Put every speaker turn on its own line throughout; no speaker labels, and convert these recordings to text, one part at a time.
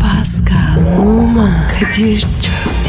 Pascal, Oman, Kadir çok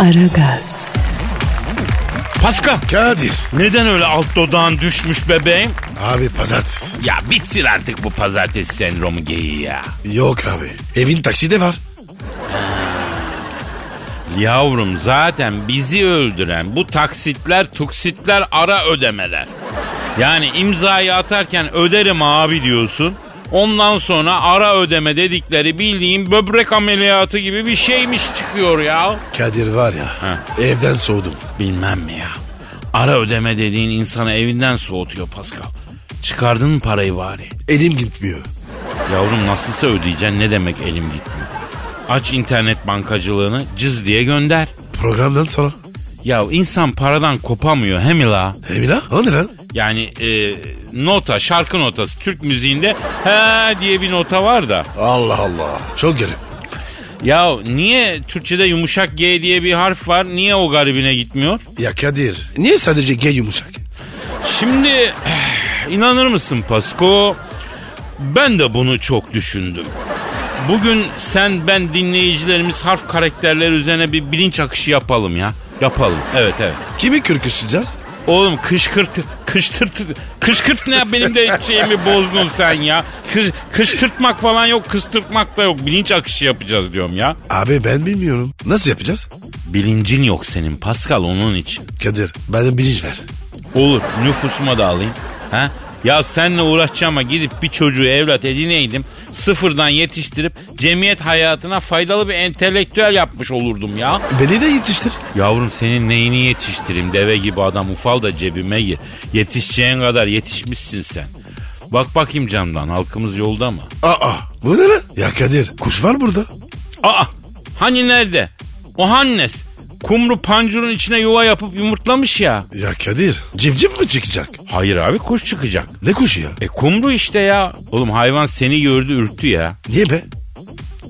Aragaz,
Pascal
Kadir.
neden öyle alt dodağın düşmüş bebeğim?
Abi pazartesi.
Ya bitsin artık bu pazartesi sendromu geyiği ya.
Yok abi. Evin takside var.
Yavrum zaten bizi öldüren bu taksitler tuksitler ara ödemeler. Yani imzayı atarken öderim abi diyorsun. Ondan sonra ara ödeme dedikleri bildiğin böbrek ameliyatı gibi bir şeymiş çıkıyor ya.
Kadir var ya.
Ha.
Evden soğudum.
Bilmem mi ya. Ara ödeme dediğin insanı evinden soğutuyor Pascal. Çıkardın mı parayı bari?
Elim gitmiyor.
Yavrum nasılsa ödeyeceksin ne demek elim gitmiyor. Aç internet bankacılığını cız diye gönder.
Programdan sonra.
Ya insan paradan kopamıyor hem ila.
Emine o ne lan?
Yani e, nota şarkı notası Türk müziğinde he diye bir nota var da.
Allah Allah. Çok garip.
Ya niye Türkçe'de yumuşak G diye bir harf var niye o garibine gitmiyor?
Ya Kadir. Niye sadece G yumuşak?
Şimdi eh, inanır mısın Pasko? Ben de bunu çok düşündüm. Bugün sen ben dinleyicilerimiz harf karakterleri üzerine bir bilinç akışı yapalım ya. Yapalım. Evet evet.
Kimi kırkışlayacağız?
Oğlum kışkırt kıştırt kışkırt ne benim de şeyimi bozdun sen ya. Kış, kıştırtmak falan yok, kıstırtmak da yok. Bilinç akışı yapacağız diyorum ya.
Abi ben bilmiyorum. Nasıl yapacağız?
Bilincin yok senin Pascal onun için.
Kadir bana bilinç ver.
Olur nüfusuma da alayım. Ha? Ya seninle uğraşacağıma gidip bir çocuğu evlat edineydim. Sıfırdan yetiştirip cemiyet hayatına faydalı bir entelektüel yapmış olurdum ya.
Beni de yetiştir.
Yavrum senin neyini yetiştireyim deve gibi adam ufal da cebime gir. Yetişeceğin kadar yetişmişsin sen. Bak bakayım camdan halkımız yolda mı?
Aa bu ne lan? Ya Kadir kuş var burada.
Aa hani nerede? O Hannes. Kumru pancurun içine yuva yapıp yumurtlamış ya.
Ya Kadir civciv mi çıkacak?
Hayır abi kuş çıkacak.
Ne kuşu ya?
E kumru işte ya. Oğlum hayvan seni gördü ürktü ya.
Niye be?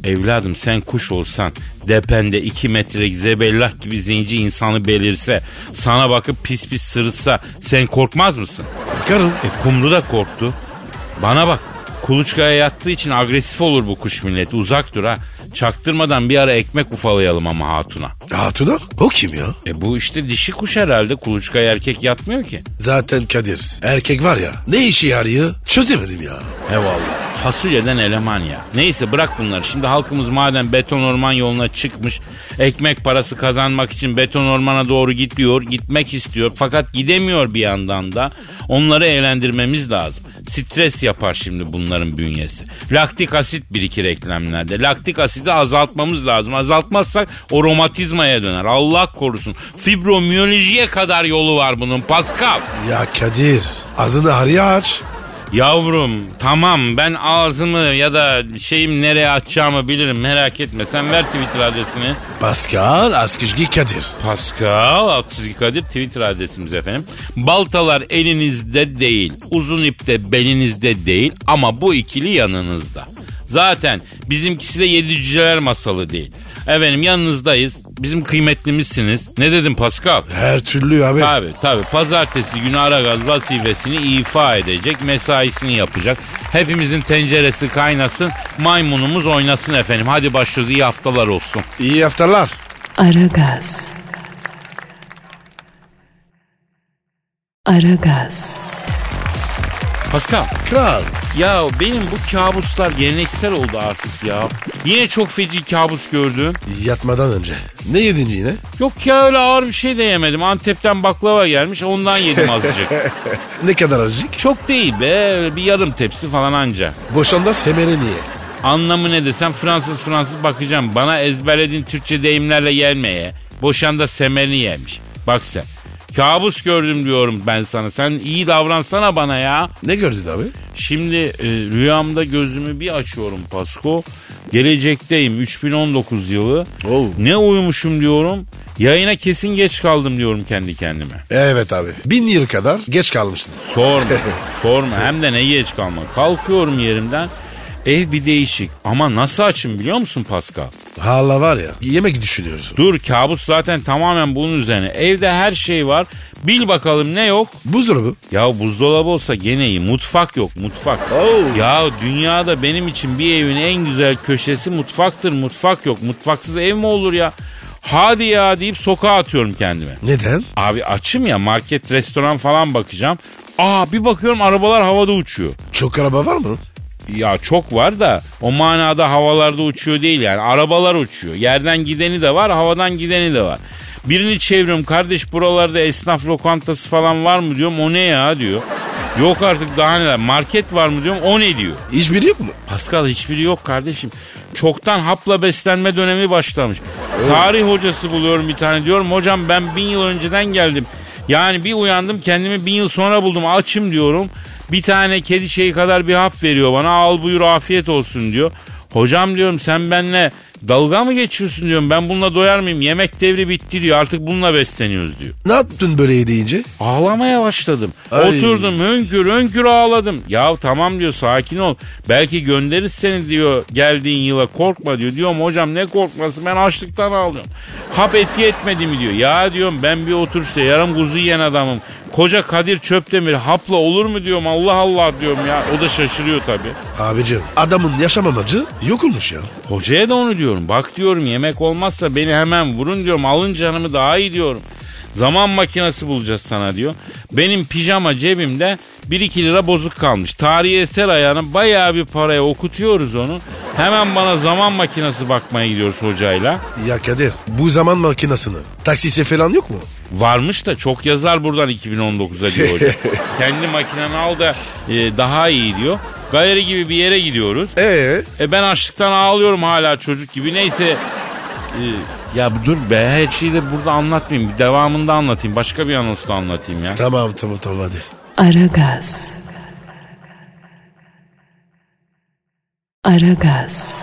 Evladım sen kuş olsan depende 2 metrelik zebellah gibi zinci insanı belirse sana bakıp pis pis sırıtsa sen korkmaz mısın?
Korkarım.
E kumru da korktu. Bana bak kuluçkaya yattığı için agresif olur bu kuş milleti uzak dur ha. Çaktırmadan bir ara ekmek ufalayalım ama hatuna.
Hatuna? O kim ya?
E bu işte dişi kuş herhalde kuluçkaya erkek yatmıyor ki.
Zaten Kadir erkek var ya ne işi yarıyor çözemedim ya.
Eyvallah. Fasulyeden eleman ya. Neyse bırak bunları. Şimdi halkımız madem beton orman yoluna çıkmış, ekmek parası kazanmak için beton ormana doğru gidiyor, gitmek istiyor. Fakat gidemiyor bir yandan da. Onları eğlendirmemiz lazım. Stres yapar şimdi bunların bünyesi. Laktik asit birikir eklemlerde. Laktik asidi azaltmamız lazım. Azaltmazsak o romatizmaya döner. Allah korusun. Fibromiyolojiye kadar yolu var bunun Pascal.
Ya Kadir ağzını harıya aç.
Yavrum tamam ben ağzımı ya da şeyim nereye açacağımı bilirim merak etme. Sen ver Twitter adresini.
Pascal Askizgi Kadir.
Pascal Altçizgi Kadir Twitter adresimiz efendim. Baltalar elinizde değil, uzun ipte belinizde değil ama bu ikili yanınızda. Zaten bizimkisi de yedi cüceler masalı değil. Efendim yanınızdayız. Bizim kıymetlimizsiniz. Ne dedim Pascal?
Her türlü abi.
Tabi tabi pazartesi günü Aragaz vazifesini ifa edecek mesaisini yapacak. Hepimizin tenceresi kaynasın maymunumuz oynasın efendim. Hadi başlıyoruz iyi haftalar olsun.
İyi haftalar.
Aragaz. Aragaz,
Pascal
Kral.
ya benim bu kabuslar geleneksel oldu artık ya. Yine çok feci kabus gördüm.
Yatmadan önce. Ne yedin yine?
Yok ya öyle ağır bir şey de yemedim. Antep'ten baklava gelmiş ondan yedim azıcık.
Ne kadar azıcık?
çok değil be bir yarım tepsi falan anca.
Boşanda semere niye?
Anlamı ne desem Fransız Fransız bakacağım. Bana ezberlediğin Türkçe deyimlerle gelmeye. Boşanda semerini yemiş. Bak sen. Kabus gördüm diyorum ben sana. Sen iyi davransana bana ya.
Ne gördün abi?
Şimdi e, rüyamda gözümü bir açıyorum Pasko. Gelecekteyim 3019 yılı.
Oo.
Ne uyumuşum diyorum. Yayına kesin geç kaldım diyorum kendi kendime.
Evet abi. Bin yıl kadar geç kalmışsın.
Sorma. sorma. Hem de ne geç kalma. Kalkıyorum yerimden. Ev bir değişik. Ama nasıl açım biliyor musun Pascal?
Hala var ya yemek düşünüyoruz.
Dur kabus zaten tamamen bunun üzerine. Evde her şey var. Bil bakalım ne yok.
Buzdolabı.
Ya buzdolabı olsa gene iyi. Mutfak yok mutfak.
Oh.
Ya dünyada benim için bir evin en güzel köşesi mutfaktır. Mutfak yok. Mutfaksız ev mi olur ya? Hadi ya deyip sokağa atıyorum kendime.
Neden?
Abi açım ya market restoran falan bakacağım. Aa bir bakıyorum arabalar havada uçuyor.
Çok araba var mı?
Ya çok var da o manada havalarda uçuyor değil yani. Arabalar uçuyor. Yerden gideni de var, havadan gideni de var. Birini çeviriyorum kardeş buralarda esnaf lokantası falan var mı diyorum. O ne ya diyor. Yok artık daha neler. Market var mı diyorum. O ne diyor.
Hiçbiri yok mu?
Pascal hiçbiri yok kardeşim. Çoktan hapla beslenme dönemi başlamış. Tarih hocası buluyorum bir tane diyorum. Hocam ben bin yıl önceden geldim. Yani bir uyandım kendimi bin yıl sonra buldum. Açım diyorum. Bir tane kedi şeyi kadar bir hap veriyor bana. Al buyur afiyet olsun diyor. Hocam diyorum sen benimle dalga mı geçiyorsun diyorum. Ben bununla doyar mıyım? Yemek devri bitti diyor. Artık bununla besleniyoruz diyor.
Ne yaptın böyle deyince?
Ağlamaya başladım.
Ay.
Oturdum hönkür hönkür ağladım. Ya tamam diyor sakin ol. Belki göndeririz seni diyor geldiğin yıla korkma diyor. Diyorum hocam ne korkması ben açlıktan ağlıyorum. Hap etki etmedi mi diyor. Ya diyorum ben bir oturuşta yarım kuzu yiyen adamım. Koca Kadir Çöptemir hapla olur mu diyorum Allah Allah diyorum ya. O da şaşırıyor tabii.
Abicim adamın yaşam amacı yok olmuş ya.
Hocaya da onu diyorum. Bak diyorum yemek olmazsa beni hemen vurun diyorum. Alın canımı daha iyi diyorum. Zaman makinesi bulacağız sana diyor. Benim pijama cebimde 1-2 lira bozuk kalmış. Tarihi eser ayağını bayağı bir paraya okutuyoruz onu. Hemen bana zaman makinesi bakmaya gidiyoruz hocayla.
Ya Kadir bu zaman makinesini taksisi falan yok mu?
Varmış da çok yazar buradan 2019'a diyor hoca. Kendi makineni al da e, daha iyi diyor. Galeri gibi bir yere gidiyoruz.
Ee
E ben açlıktan ağlıyorum hala çocuk gibi. Neyse. e, ya dur be her şeyi de burada anlatmayayım. Bir devamında anlatayım. Başka bir anonsla anlatayım ya.
Tamam tamam tamam hadi.
Aragaz. Aragaz.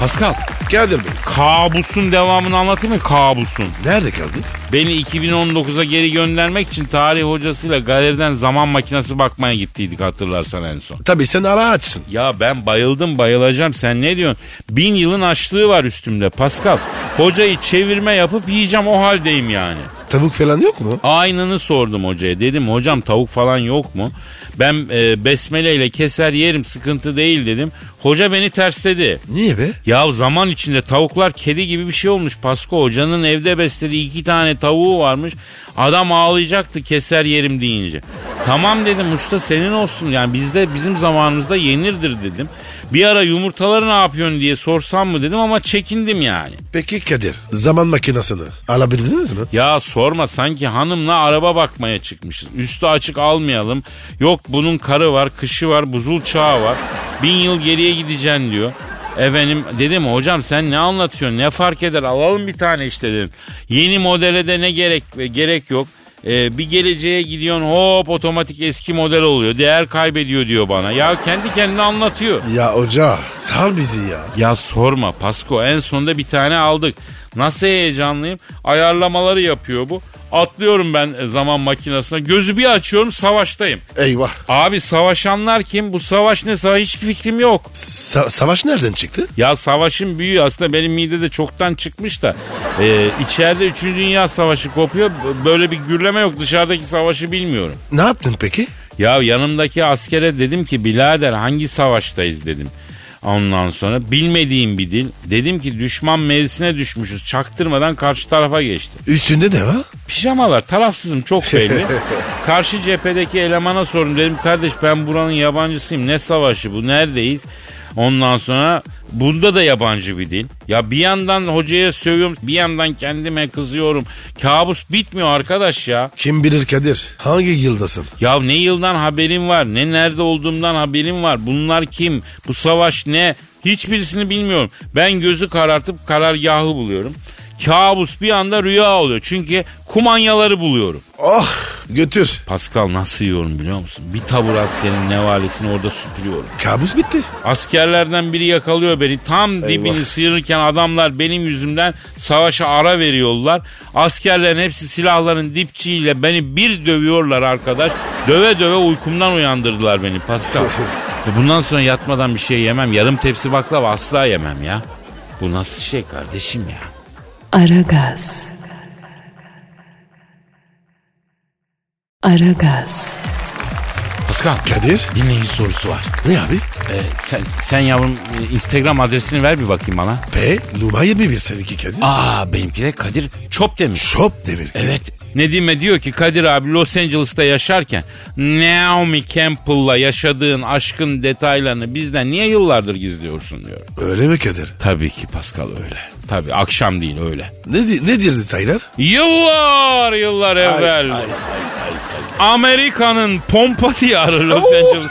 Pascal.
Kadir Bey
Kabusun devamını anlatayım mı? Kabusun.
nerede kaldık?
Beni 2019'a geri göndermek için tarih hocasıyla galeriden zaman makinesi bakmaya gittiydik hatırlarsan en son.
Tabii sen ara açsın.
Ya ben bayıldım bayılacağım sen ne diyorsun? Bin yılın açlığı var üstümde Pascal. Hocayı çevirme yapıp yiyeceğim o haldeyim yani.
Tavuk falan yok mu?
Aynını sordum hocaya. Dedim hocam tavuk falan yok mu? Ben e, besmele ile keser yerim sıkıntı değil dedim. Hoca beni tersledi.
Niye be?
Ya zaman içinde tavuklar kedi gibi bir şey olmuş. Pasko hocanın evde beslediği iki tane tavuğu varmış. Adam ağlayacaktı keser yerim deyince. Tamam dedim usta senin olsun yani bizde bizim zamanımızda yenirdir dedim. Bir ara yumurtaları ne yapıyorsun diye sorsam mı dedim ama çekindim yani.
Peki Kadir zaman makinesini alabildiniz mi?
Ya sorma sanki hanımla araba bakmaya çıkmışız. Üstü açık almayalım. Yok bunun karı var, kışı var, buzul çağı var. Bin yıl geriye gideceksin diyor. Efendim dedim hocam sen ne anlatıyorsun ne fark eder alalım bir tane işte dedim. Yeni modele de ne gerek gerek yok. Ee, bir geleceğe gidiyorsun hop otomatik eski model oluyor. Değer kaybediyor diyor bana. Ya kendi kendine anlatıyor.
Ya hoca sar bizi ya.
Ya sorma Pasko en sonunda bir tane aldık. Nasıl heyecanlıyım? Ayarlamaları yapıyor bu. Atlıyorum ben e, zaman makinesine. Gözü bir açıyorum savaştayım.
Eyvah.
Abi savaşanlar kim? Bu savaş ne savaş? Hiçbir fikrim yok.
Sa- savaş nereden çıktı?
Ya savaşın büyüğü aslında benim midede çoktan çıkmış da. e, içeride 3. Dünya Savaşı kopuyor. B- Böyle bir gürleme yok. Dışarıdaki savaşı bilmiyorum.
Ne yaptın peki?
Ya yanımdaki askere dedim ki birader hangi savaştayız dedim. Ondan sonra bilmediğim bir dil. Dedim ki düşman mevzisine düşmüşüz. Çaktırmadan karşı tarafa geçti.
Üstünde ne var?
Pijamalar tarafsızım çok belli. karşı cephedeki elemana sordum. Dedim kardeş ben buranın yabancısıyım. Ne savaşı bu neredeyiz? Ondan sonra bunda da yabancı bir dil. Ya bir yandan hocaya sövüyorum bir yandan kendime kızıyorum. Kabus bitmiyor arkadaş ya.
Kim bilir Kadir hangi yıldasın?
Ya ne yıldan haberim var, ne nerede olduğumdan haberim var. Bunlar kim? Bu savaş ne? Hiçbirisini bilmiyorum. Ben gözü karartıp karargahı buluyorum. Kabus bir anda rüya oluyor. Çünkü kumanyaları buluyorum.
Oh Götür.
Pascal nasıl yiyorum biliyor musun? Bir tabur askerin nevalesini orada süpürüyorum.
Kabus bitti.
Askerlerden biri yakalıyor beni. Tam dibini sıyırırken adamlar benim yüzümden savaşa ara veriyorlar. Askerlerin hepsi silahların dipçiyle beni bir dövüyorlar arkadaş. Döve döve uykumdan uyandırdılar beni Pascal. Ya Bundan sonra yatmadan bir şey yemem. Yarım tepsi baklava asla yemem ya. Bu nasıl şey kardeşim ya?
Aragaz. Aragaz.
Pascal
Kadir.
dinleyici sorusu var.
Ne abi?
Ee, sen, sen yavrum e, Instagram adresini ver bir bakayım bana.
P numara 21 seninki Kadir.
Aa benimki de Kadir Çop demiş.
Şop demir.
Evet. Nedim'e diyor ki Kadir abi Los Angeles'ta yaşarken Naomi Campbell'la yaşadığın aşkın detaylarını bizden niye yıllardır gizliyorsun diyor.
Öyle mi Kadir?
Tabii ki Pascal öyle. Tabii akşam değil öyle.
Ne, di- nedir detaylar?
Yıllar yıllar evvel Amerika'nın pompa diyarı Los Angeles.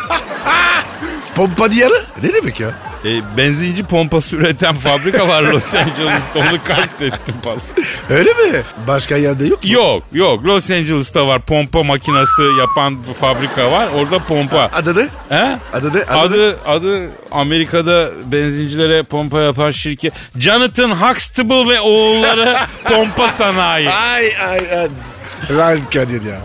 Pompa diyarı? Ne demek ya?
E, benzinci pompası üreten fabrika var Los Angeles'ta onu kastettim Pascal.
Öyle mi? Başka yerde yok mu?
Yok yok Los Angeles'ta var pompa makinası yapan bir fabrika var orada pompa.
Adı ne?
He?
Adı ne? Adı ne?
Adı adı Amerika'da benzincilere pompa yapan şirket Jonathan Huxtable ve oğulları pompa sanayi.
Ay ay ay. Lan Kadir ya.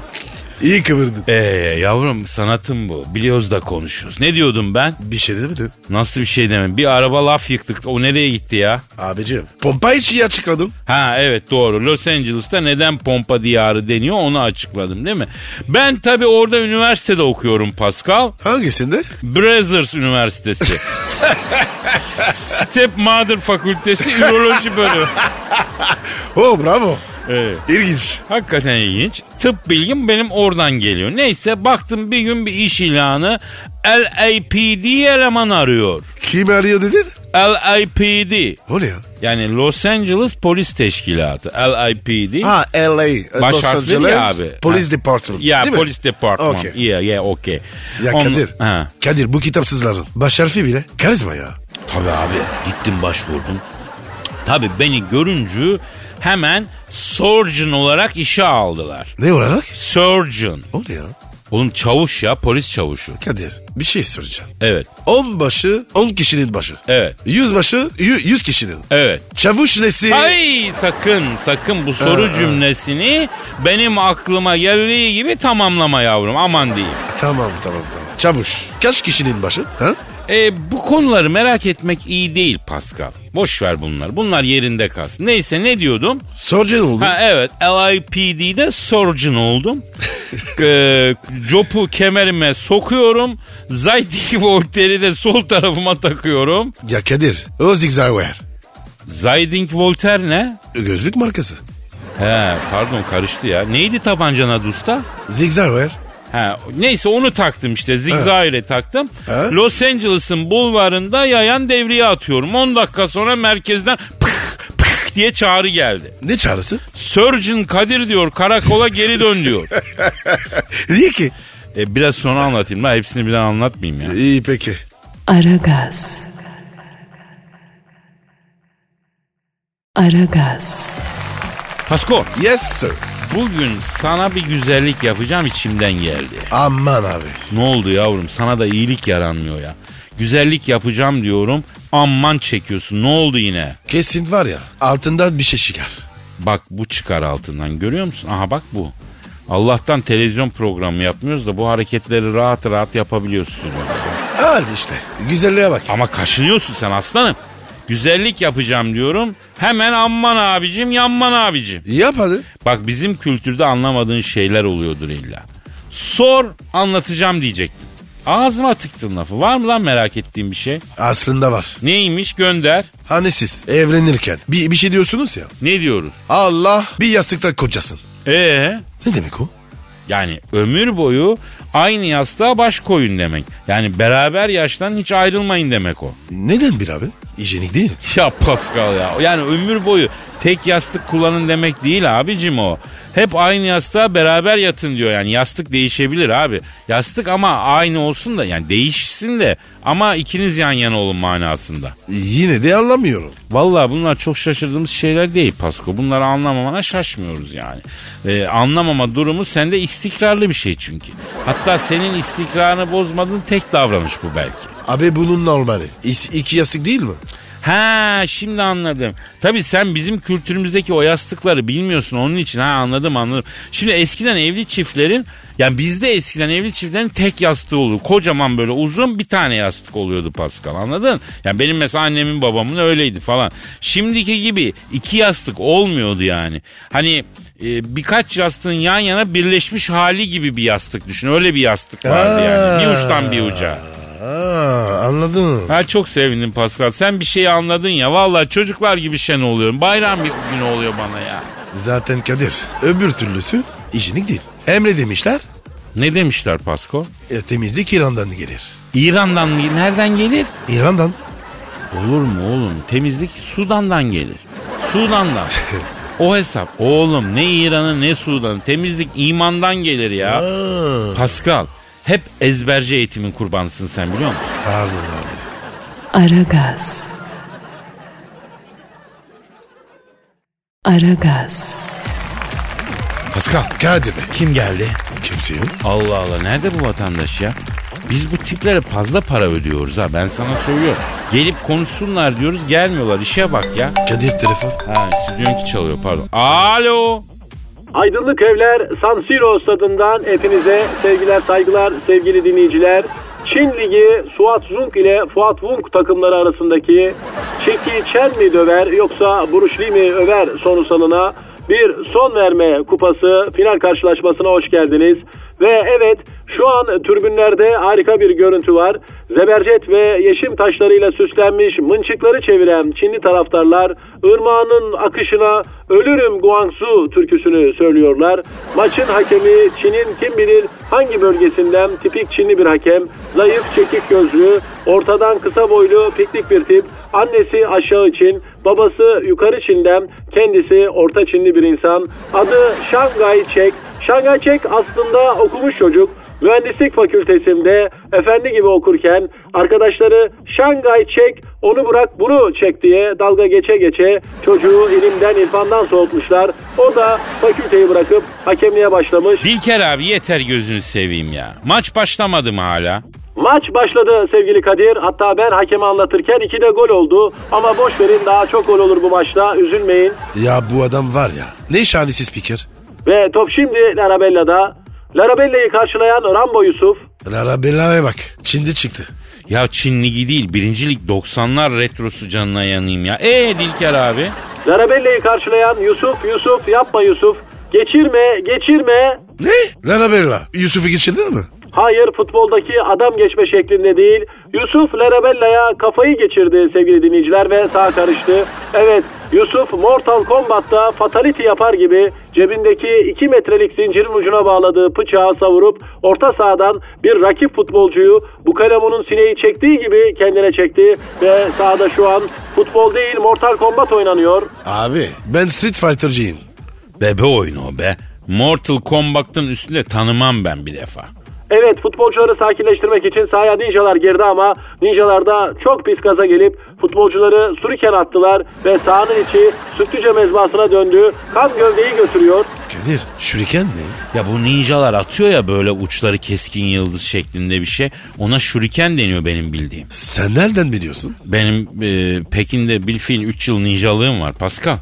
İyi kıvırdın.
Ee yavrum sanatım bu. Biliyoruz da konuşuyoruz. Ne diyordum ben?
Bir şey demedim.
Nasıl bir şey demem. Bir araba laf yıktık. O nereye gitti ya?
Abicim. Pompa içi açıkladım.
Ha evet doğru. Los Angeles'ta neden pompa diyarı deniyor onu açıkladım değil mi? Ben tabii orada üniversitede okuyorum Pascal.
Hangisinde?
Brothers Üniversitesi. Stepmother Fakültesi Üroloji Bölümü.
Oh bravo.
Evet.
İlginç.
Hakikaten ilginç. Tıp bilgim benim oradan geliyor. Neyse baktım bir gün bir iş ilanı LAPD eleman arıyor.
Kim arıyor dedin?
LAPD
O ne ya?
yani Los Angeles Polis Teşkilatı LAPD.
Ha LA. e,
Baş
Los
harfleri
Angeles
ya abi.
Police
Ha.
Department.
Ya
değil mi?
polis departman.
Okey.
Yeah yeah okay.
Ya
Onu-
Kadir.
Ha.
Kadir bu kitapsız lazım. Baş harfi bile. Karizma ya.
Tabii abi gittim başvurdum. Tabii beni görüncü hemen surgeon olarak işe aldılar.
Ne olarak?
Surgeon.
O ne ya?
Oğlum çavuş ya polis çavuşu.
Kadir bir şey soracağım.
Evet
10 başı 10 kişinin başı.
evet
100 başı 100 kişinin.
evet.
Çavuş nesi?
Ay sakın sakın bu soru cümlesini benim aklıma geldiği gibi tamamlama yavrum aman diyeyim.
Tamam tamam tamam. Çavuş. Kaç kişinin başı? Ha?
E, bu konuları merak etmek iyi değil Pascal. Boş ver bunlar. Bunlar yerinde kalsın. Neyse ne diyordum?
Soracaksın oldu.
Ha e- evet LIPD'de surgeon oldum. ee, copu kemerime sokuyorum. Zaydik Voltaire'i de sol tarafıma takıyorum.
Ya Kadir o zigzag ver.
Zaydink Voltaire ne?
Gözlük markası.
He pardon karıştı ya. Neydi tabancanın adı usta?
Zigzag ver.
Ha, neyse onu taktım işte zigzag ile taktım.
Ha.
Los Angeles'ın bulvarında yayan devriye atıyorum. 10 dakika sonra merkezden pıh pıh diye çağrı geldi.
Ne çağrısı?
Surgeon Kadir diyor karakola geri dön diyor.
Niye ki?
E, biraz sonra anlatayım la hepsini birden anlatmayayım ya.
İyi peki.
Aragaz. Aragaz.
Pasko
Yes sir.
bugün sana bir güzellik yapacağım içimden geldi.
Aman abi.
Ne oldu yavrum sana da iyilik yaranmıyor ya. Güzellik yapacağım diyorum amman çekiyorsun ne oldu yine?
Kesin var ya altından bir şey çıkar.
Bak bu çıkar altından görüyor musun? Aha bak bu. Allah'tan televizyon programı yapmıyoruz da bu hareketleri rahat rahat yapabiliyorsun.
Al işte. Güzelliğe bak.
Ama kaşınıyorsun sen aslanım. Güzellik yapacağım diyorum. Hemen amman abicim yanman abicim.
Yap hadi.
Bak bizim kültürde anlamadığın şeyler oluyordur illa. Sor anlatacağım diyecektim. Ağzıma tıktın lafı. Var mı lan merak ettiğin bir şey?
Aslında var.
Neymiş gönder.
Hani siz evlenirken bir, bir şey diyorsunuz ya.
Ne diyoruz?
Allah bir yastıkta kocasın.
Ee
Ne demek o?
yani ömür boyu Aynı yastığa baş koyun demek. Yani beraber yaştan hiç ayrılmayın demek o.
Neden bir abi? Hijyenik değil.
Ya Pascal ya. Yani ömür boyu tek yastık kullanın demek değil abicim o. Hep aynı yastığa beraber yatın diyor yani. Yastık değişebilir abi. Yastık ama aynı olsun da yani değişsin de ama ikiniz yan yana olun manasında.
Yine de anlamıyorum.
Vallahi bunlar çok şaşırdığımız şeyler değil Pasko. Bunları anlamamana şaşmıyoruz yani. Ee, anlamama durumu sende istikrarlı bir şey çünkü. Hatta senin istikrarını bozmadığın tek davranış bu belki.
Abi bunun normali. İs- İki yastık değil mi?
Ha şimdi anladım. Tabii sen bizim kültürümüzdeki o yastıkları bilmiyorsun onun için. Ha anladım anladım. Şimdi eskiden evli çiftlerin yani bizde eskiden evli çiftlerin tek yastığı olur. Kocaman böyle uzun bir tane yastık oluyordu Pascal anladın? Yani benim mesela annemin babamın öyleydi falan. Şimdiki gibi iki yastık olmuyordu yani. Hani e, birkaç yastığın yan yana birleşmiş hali gibi bir yastık düşün. Öyle bir yastık vardı yani. Bir uçtan bir uca.
Aa, anladım.
Ha çok sevindim Pascal. Sen bir şeyi anladın ya. Vallahi çocuklar gibi şen oluyorum. Bayram bir günü oluyor bana ya.
Zaten Kadir öbür türlüsü hijyenik değil. Hem ne demişler?
Ne demişler Pasko?
E, temizlik İran'dan gelir.
İran'dan mı- nereden gelir?
İran'dan.
Olur mu oğlum? Temizlik Sudan'dan gelir. Sudan'dan. O hesap. Oğlum ne İran'ı ne Sudan'ı. Temizlik imandan gelir ya.
Aa,
Pascal hep ezberci eğitimin kurbanısın sen biliyor musun?
pardon abi.
Aragaz. Aragaz.
Pascal
Kadir Bey.
kim geldi?
Kimse yok.
Allah Allah nerede bu vatandaş ya? Biz bu tiplere fazla para ödüyoruz ha ben sana söylüyorum. Gelip konuşsunlar diyoruz gelmiyorlar işe bak ya.
Kadir telefon.
Ha stüdyonki çalıyor pardon. Alo.
Aydınlık Evler San Siro stadından hepinize sevgiler saygılar sevgili dinleyiciler. Çin Ligi Suat Zunk ile Fuat Wunk takımları arasındaki Çeki Çel mi döver yoksa Buruşli mi över sonusalına bir son verme kupası final karşılaşmasına hoş geldiniz. Ve evet şu an türbünlerde harika bir görüntü var. Zebercet ve yeşim taşlarıyla süslenmiş mınçıkları çeviren Çinli taraftarlar ırmağının akışına ölürüm Guangzhou türküsünü söylüyorlar. Maçın hakemi Çin'in kim bilir hangi bölgesinden tipik Çinli bir hakem. Zayıf çekik gözlü, ortadan kısa boylu piknik bir tip. Annesi aşağı Çin, babası yukarı Çin'den, kendisi orta Çinli bir insan. Adı Şangay Çek. Şangay Çek aslında okumuş çocuk. Mühendislik fakültesinde efendi gibi okurken arkadaşları Şangay çek onu bırak bunu çek diye dalga geçe geçe çocuğu ilimden irfandan soğutmuşlar. O da fakülteyi bırakıp hakemliğe başlamış.
Dilker abi yeter gözünü seveyim ya. Maç başlamadı mı hala?
Maç başladı sevgili Kadir. Hatta ben hakemi anlatırken iki de gol oldu. Ama boş verin daha çok gol olur bu maçta. Üzülmeyin.
Ya bu adam var ya. Ne şanisi spiker.
Ve top şimdi Larabella'da. Larabella'yı karşılayan Rambo Yusuf.
Larabella'ya bak. Çin'de çıktı.
Ya Çin Ligi değil birincilik 90'lar retrosu canına yanayım ya. E Dilker abi?
Larabella'yı karşılayan Yusuf, Yusuf yapma Yusuf. Geçirme, geçirme.
Ne? Larabella. Yusuf'u geçirdin mi?
Hayır futboldaki adam geçme şeklinde değil. Yusuf Larabella'ya kafayı geçirdi sevgili dinleyiciler ve sağ karıştı. Evet Yusuf Mortal Kombat'ta fatality yapar gibi cebindeki 2 metrelik zincirin ucuna bağladığı bıçağı savurup orta sahadan bir rakip futbolcuyu bu kalemonun sineği çektiği gibi kendine çekti ve sahada şu an futbol değil Mortal Kombat oynanıyor.
Abi ben Street Fighter'cıyım.
Bebe oyunu o be. Mortal Kombat'ın üstünde tanımam ben bir defa.
Evet futbolcuları sakinleştirmek için sahaya ninjalar girdi ama ninjalar da çok pis gaza gelip futbolcuları suriken attılar ve sahanın içi sütlüce mezbahasına döndü. Kan gövdeyi götürüyor.
Kadir şuriken ne?
Ya bu ninjalar atıyor ya böyle uçları keskin yıldız şeklinde bir şey. Ona şuriken deniyor benim bildiğim.
Sen nereden biliyorsun?
Benim e, Pekin'de bilfiil 3 yıl ninjalığım var Pascal.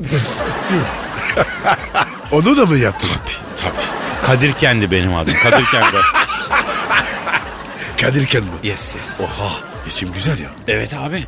Onu da mı yaptın?
Tabii. Kadir kendi benim adım. Kadir kendi.
Kadir Ken mi?
yes yes.
Oha isim güzel ya.
Oh. Evet abi.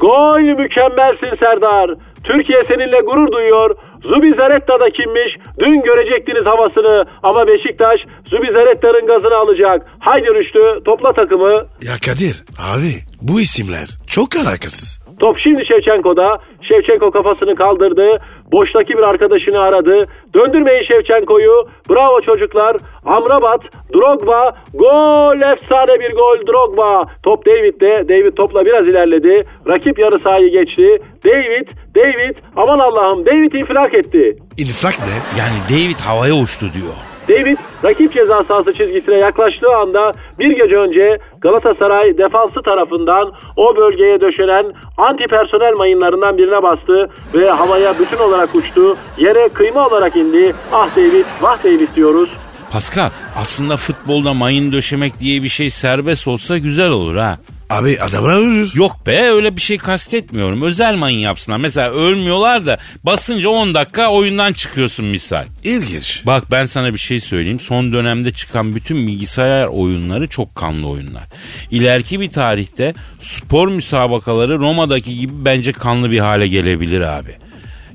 Gol mükemmelsin Serdar. Türkiye seninle gurur duyuyor. Zubi Zaretta da kimmiş? Dün görecektiniz havasını ama Beşiktaş Zubi Zaretta'nın gazını alacak. Haydi Rüştü topla takımı.
Ya Kadir abi bu isimler çok alakasız.
Top şimdi Şevçenko'da. Şevçenko kafasını kaldırdı. Boştaki bir arkadaşını aradı. Döndürmeyin Şevçenko'yu. Bravo çocuklar. Amrabat, Drogba, gol efsane bir gol Drogba. Top David'de. David topla biraz ilerledi. Rakip yarı sahayı geçti. David, David aman Allah'ım David infilak etti.
İnflak ne?
Yani David havaya uçtu diyor.
David rakip ceza sahası çizgisine yaklaştığı anda bir gece önce Galatasaray defansı tarafından o bölgeye döşenen antipersonel mayınlarından birine bastı ve havaya bütün olarak uçtu. Yere kıyma olarak indi. Ah David, vah David diyoruz.
Pascal aslında futbolda mayın döşemek diye bir şey serbest olsa güzel olur ha.
Abi adamlar ölür.
Yok be öyle bir şey kastetmiyorum. Özel mayın yapsınlar. Mesela ölmüyorlar da basınca 10 dakika oyundan çıkıyorsun misal.
İlginç.
Bak ben sana bir şey söyleyeyim. Son dönemde çıkan bütün bilgisayar oyunları çok kanlı oyunlar. İleriki bir tarihte spor müsabakaları Roma'daki gibi bence kanlı bir hale gelebilir abi.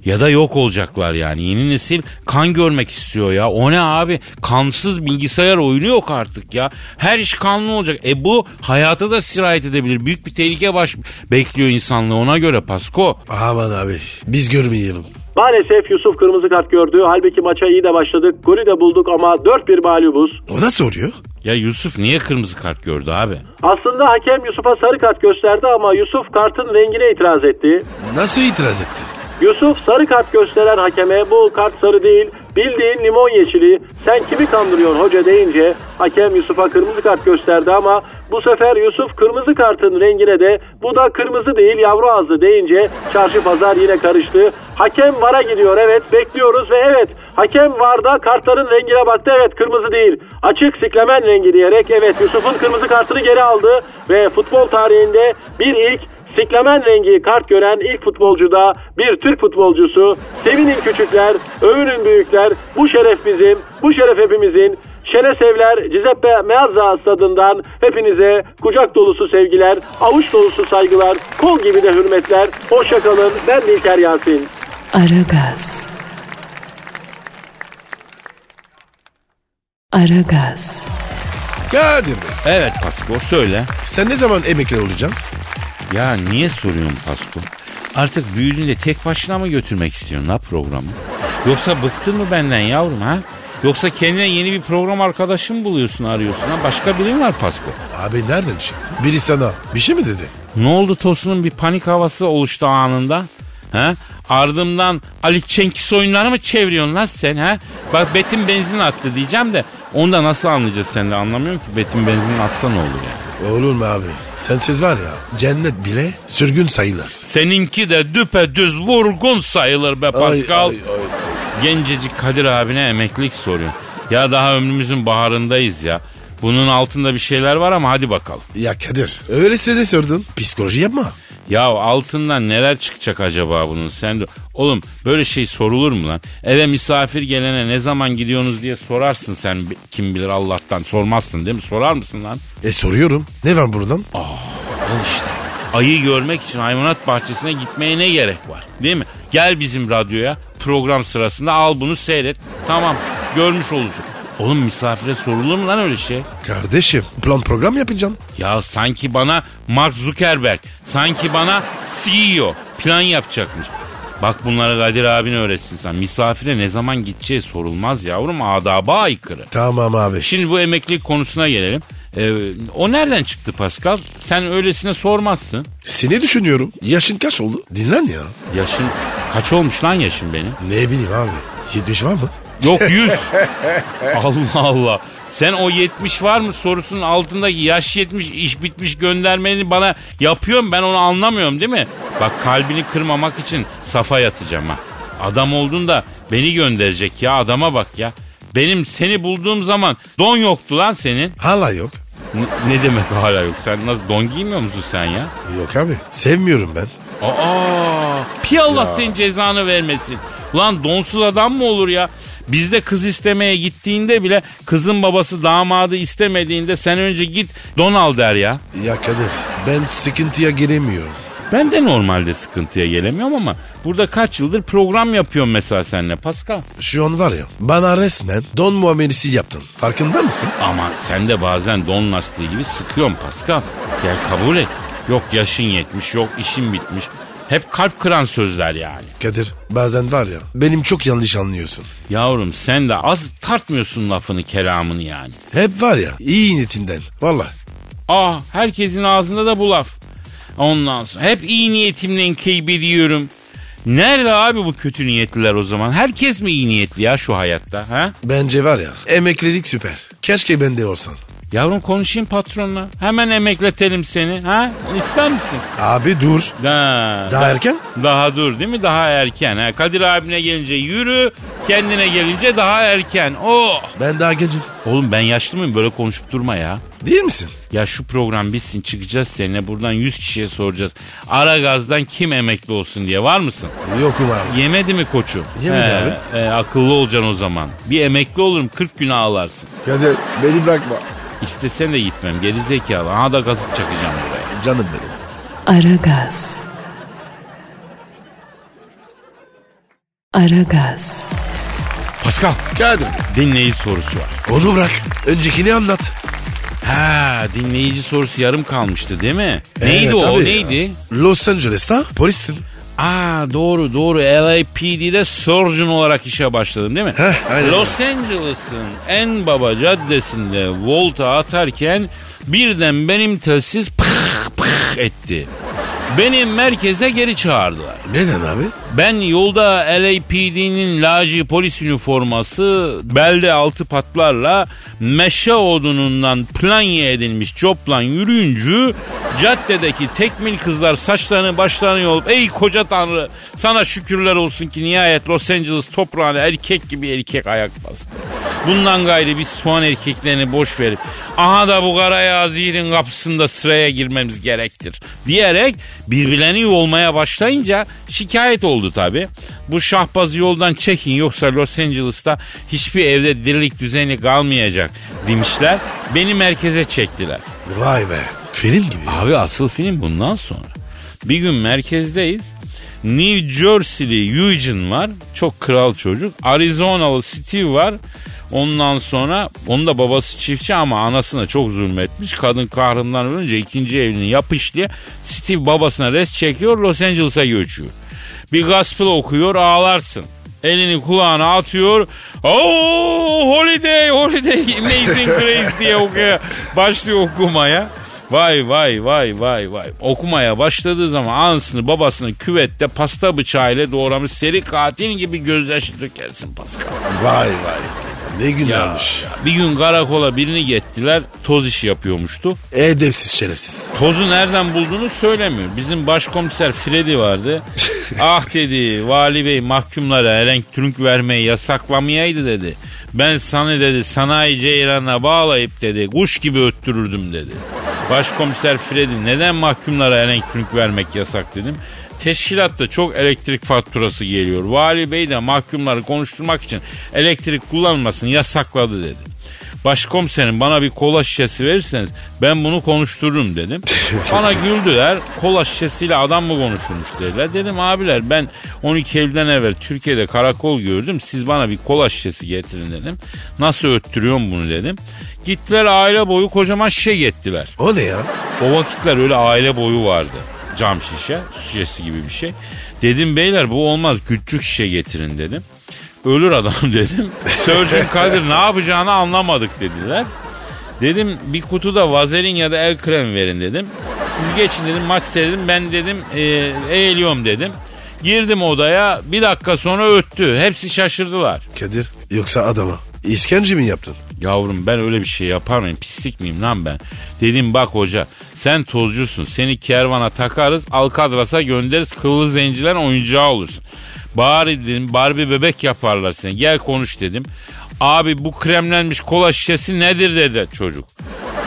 Ya da yok olacaklar yani. Yeni nesil kan görmek istiyor ya. O ne abi? Kansız bilgisayar oyunu yok artık ya. Her iş kanlı olacak. E bu hayata da sirayet edebilir. Büyük bir tehlike baş bekliyor insanlığı ona göre Pasko.
Aman abi biz görmeyelim.
Maalesef Yusuf kırmızı kart gördü. Halbuki maça iyi de başladık. Golü de bulduk ama 4-1 mağlubuz.
O nasıl oluyor?
Ya Yusuf niye kırmızı kart gördü abi?
Aslında hakem Yusuf'a sarı kart gösterdi ama Yusuf kartın rengine itiraz etti.
Nasıl itiraz etti?
Yusuf sarı kart gösteren hakeme bu kart sarı değil bildiğin limon yeşili sen kimi kandırıyorsun hoca deyince hakem Yusuf'a kırmızı kart gösterdi ama bu sefer Yusuf kırmızı kartın rengine de bu da kırmızı değil yavru ağzı deyince çarşı pazar yine karıştı. Hakem VAR'a gidiyor evet bekliyoruz ve evet hakem VAR'da kartların rengine baktı evet kırmızı değil açık siklemen rengi diyerek evet Yusuf'un kırmızı kartını geri aldı ve futbol tarihinde bir ilk Siklemen rengi kart gören ilk futbolcu da bir Türk futbolcusu. Sevinin küçükler, övünün büyükler. Bu şeref bizim, bu şeref hepimizin. Şeref sevler Giuseppe Meazza stadından hepinize kucak dolusu sevgiler, avuç dolusu saygılar, kol gibi de hürmetler. Hoşça kalın. Ben Dilker Yasin.
Aragaz. Aragaz.
Kadir Bey,
Evet Pasko söyle.
sen ne zaman emekli olacaksın?
Ya niye soruyorsun Pasko? Artık büyüdüğünde tek başına mı götürmek istiyorsun la programı? Yoksa bıktın mı benden yavrum ha? Yoksa kendine yeni bir program arkadaşı mı buluyorsun arıyorsun ha? Başka biri mi var Pasko?
Abi nereden çıktı? Biri sana bir şey mi dedi?
Ne oldu Tosun'un bir panik havası oluştu anında? Ha? Ardımdan Ali Çenkis oyunları mı çeviriyorsun lan sen ha? Bak Betim benzin attı diyeceğim de onu da nasıl anlayacağız seninle anlamıyorum ki Betim benzin atsa ne olur yani.
Olur mu abi? Sensiz var ya cennet bile sürgün sayılır.
Seninki de düpedüz vurgun sayılır be
Ay,
Pascal.
ay, ay.
Gencecik Kadir abine emeklilik soruyor. Ya daha ömrümüzün baharındayız ya. Bunun altında bir şeyler var ama hadi bakalım.
Ya Kadir öylesine de sordun. Psikoloji yapma.
Ya altından neler çıkacak acaba bunun sen de... Oğlum böyle şey sorulur mu lan? Eve misafir gelene ne zaman gidiyorsunuz diye sorarsın sen bi- kim bilir Allah'tan. Sormazsın değil mi? Sorar mısın lan?
E soruyorum. Ne var buradan?
Al işte. Ayı görmek için hayvanat bahçesine gitmeye ne gerek var? Değil mi? Gel bizim radyoya program sırasında al bunu seyret. Tamam görmüş olursun. Oğlum misafire sorulur mu lan öyle şey?
Kardeşim plan program yapacağım.
Ya sanki bana Mark Zuckerberg, sanki bana CEO plan yapacakmış. Bak bunları Kadir abin öğretsin sen. Misafire ne zaman gideceği sorulmaz yavrum adaba aykırı.
Tamam abi.
Şimdi bu emeklilik konusuna gelelim. Ee, o nereden çıktı Pascal? Sen öylesine sormazsın.
Seni düşünüyorum. Yaşın kaç oldu? Dinlen ya.
Yaşın kaç olmuş lan yaşın benim?
Ne bileyim abi. 70 var mı?
Yok 100. Allah Allah. Sen o 70 var mı sorusunun altındaki yaş 70 iş bitmiş göndermeni bana yapıyorum ben onu anlamıyorum değil mi? Bak kalbini kırmamak için safa yatacağım ha. Adam oldun da beni gönderecek ya adama bak ya. Benim seni bulduğum zaman don yoktu lan senin.
Hala yok.
N- ne demek hala yok sen nasıl don giymiyor musun sen ya?
Yok abi. Sevmiyorum ben.
Aa, pi Allah senin cezanı vermesin. Ulan donsuz adam mı olur ya? Bizde kız istemeye gittiğinde bile kızın babası damadı istemediğinde sen önce git don al der ya.
Ya Kadir ben sıkıntıya giremiyorum.
Ben de normalde sıkıntıya gelemiyorum ama burada kaç yıldır program yapıyorum mesela seninle Pascal.
Şu an var ya bana resmen don muamelesi yaptın. Farkında mısın?
Ama sen de bazen don lastiği gibi sıkıyorsun Pascal. Gel kabul et. Yok yaşın yetmiş, yok işin bitmiş. Hep kalp kıran sözler yani.
Kadir bazen var ya benim çok yanlış anlıyorsun.
Yavrum sen de az tartmıyorsun lafını kelamını yani.
Hep var ya iyi niyetinden. Valla
Ah herkesin ağzında da bu laf. Ondan sonra hep iyi niyetimle kaybediyorum. Nerede abi bu kötü niyetliler o zaman? Herkes mi iyi niyetli ya şu hayatta? Ha?
bence var ya emeklilik süper. Keşke ben de olsan.
Yavrum konuşayım patronla. Hemen emekletelim seni. Ha? İster misin?
Abi dur.
Da.
Daha erken?
Daha dur değil mi? Daha erken. Ha? Kadir abine gelince yürü. Kendine gelince daha erken. Oh.
Ben daha gencim.
Oğlum ben yaşlı mıyım? Böyle konuşup durma ya.
Değil misin?
Ya şu program bitsin çıkacağız seninle buradan 100 kişiye soracağız. Ara gazdan kim emekli olsun diye var mısın?
Yokum abi.
Yemedi mi koçu?
Yemedi
abi. akıllı olacaksın o zaman. Bir emekli olurum 40 gün ağlarsın.
Kadir beni bırakma.
İstesen de gitmem geri zekalı. Aha da gazık çakacağım buraya.
Canım benim.
Aragaz. Aragaz.
Pascal
Kadir
dinleyici sorusu var.
onu bırak. Öncekini anlat.
Ha dinleyici sorusu yarım kalmıştı değil mi?
Evet,
Neydi o
tabii
neydi?
ya. Los Angeles'ta polissin.
Aa doğru doğru LAPD'de surgeon olarak işe başladım değil mi?
Heh, aynen
Los Angeles'ın en baba caddesinde volta atarken birden benim telsiz pıh pıh etti. Beni merkeze geri çağırdılar.
Neden abi?
Ben yolda LAPD'nin laci polis üniforması belde altı patlarla meşe odunundan planye edilmiş coplan yürüyüncü caddedeki tekmil kızlar saçlarını başlarını yolup ey koca tanrı sana şükürler olsun ki nihayet Los Angeles toprağına erkek gibi erkek ayak bastı. Bundan gayrı biz soğan erkeklerini boş verip aha da bu karayağız yiğidin kapısında sıraya girmemiz gerektir diyerek birbirlerini yolmaya başlayınca şikayet oldu tabi. Bu şahbazı yoldan çekin yoksa Los Angeles'ta hiçbir evde dirilik düzeni kalmayacak demişler. Beni merkeze çektiler.
Vay be. Film gibi.
Abi asıl film bundan sonra. Bir gün merkezdeyiz. New Jersey'li Eugene var. Çok kral çocuk. Arizonalı Steve var. Ondan sonra onun da babası çiftçi ama anasına çok zulmetmiş. Kadın kahrından ölünce ikinci evliliğini yapış diye Steve babasına res çekiyor Los Angeles'a göçüyor. Bir gospel okuyor ağlarsın. Elini kulağına atıyor. Oh holiday holiday amazing grace diye okuyor. Başlıyor okumaya. Vay vay vay vay vay. Okumaya başladığı zaman anasını babasını küvette pasta bıçağıyla doğramış seri katil gibi gözyaşı dökersin Pascal.
Vay vay. vay. Ne günlermiş.
Bir gün karakola birini gettiler toz işi yapıyormuştu.
Edepsiz şerefsiz.
Tozu nereden bulduğunu söylemiyor. Bizim başkomiser Freddy vardı. ah dedi vali bey mahkumlara elenk türünk vermeyi yasaklamayaydı dedi. Ben sana dedi sanayi ceyranına bağlayıp dedi kuş gibi öttürürdüm dedi. Başkomiser Freddy neden mahkumlara elenk türünk vermek yasak dedim. Teşkilatta çok elektrik faturası geliyor. Vali bey de mahkumları konuşturmak için elektrik kullanmasını yasakladı dedi. Başkomiserim bana bir kola şişesi verirseniz ben bunu konuştururum dedim. bana güldüler. Kola şişesiyle adam mı konuşulmuş dediler. Dedim abiler ben 12 Eylül'den evvel Türkiye'de karakol gördüm. Siz bana bir kola şişesi getirin dedim. Nasıl öttürüyorum bunu dedim. Gittiler aile boyu kocaman şişe gettiler.
O ne ya?
O vakitler öyle aile boyu vardı. Cam şişe, su şişesi gibi bir şey. Dedim beyler bu olmaz küçük şişe getirin dedim. Ölür adam dedim. Surgeon Kadir ne yapacağını anlamadık dediler. Dedim bir kutu da vazelin ya da el kremi verin dedim. Siz geçin dedim maç seyredin. Ben dedim e, eğiliyorum dedim. Girdim odaya bir dakika sonra öttü. Hepsi şaşırdılar.
Kadir yoksa adama işkence mi yaptın?
Yavrum ben öyle bir şey yapar mıyım? Pislik miyim lan ben? Dedim bak hoca sen tozcusun. Seni kervana takarız Alcadras'a göndeririz. Kıllı zenciler oyuncağı olursun. Bari dedim Barbie bebek yaparlar seni. Gel konuş dedim. Abi bu kremlenmiş kola şişesi nedir dedi çocuk.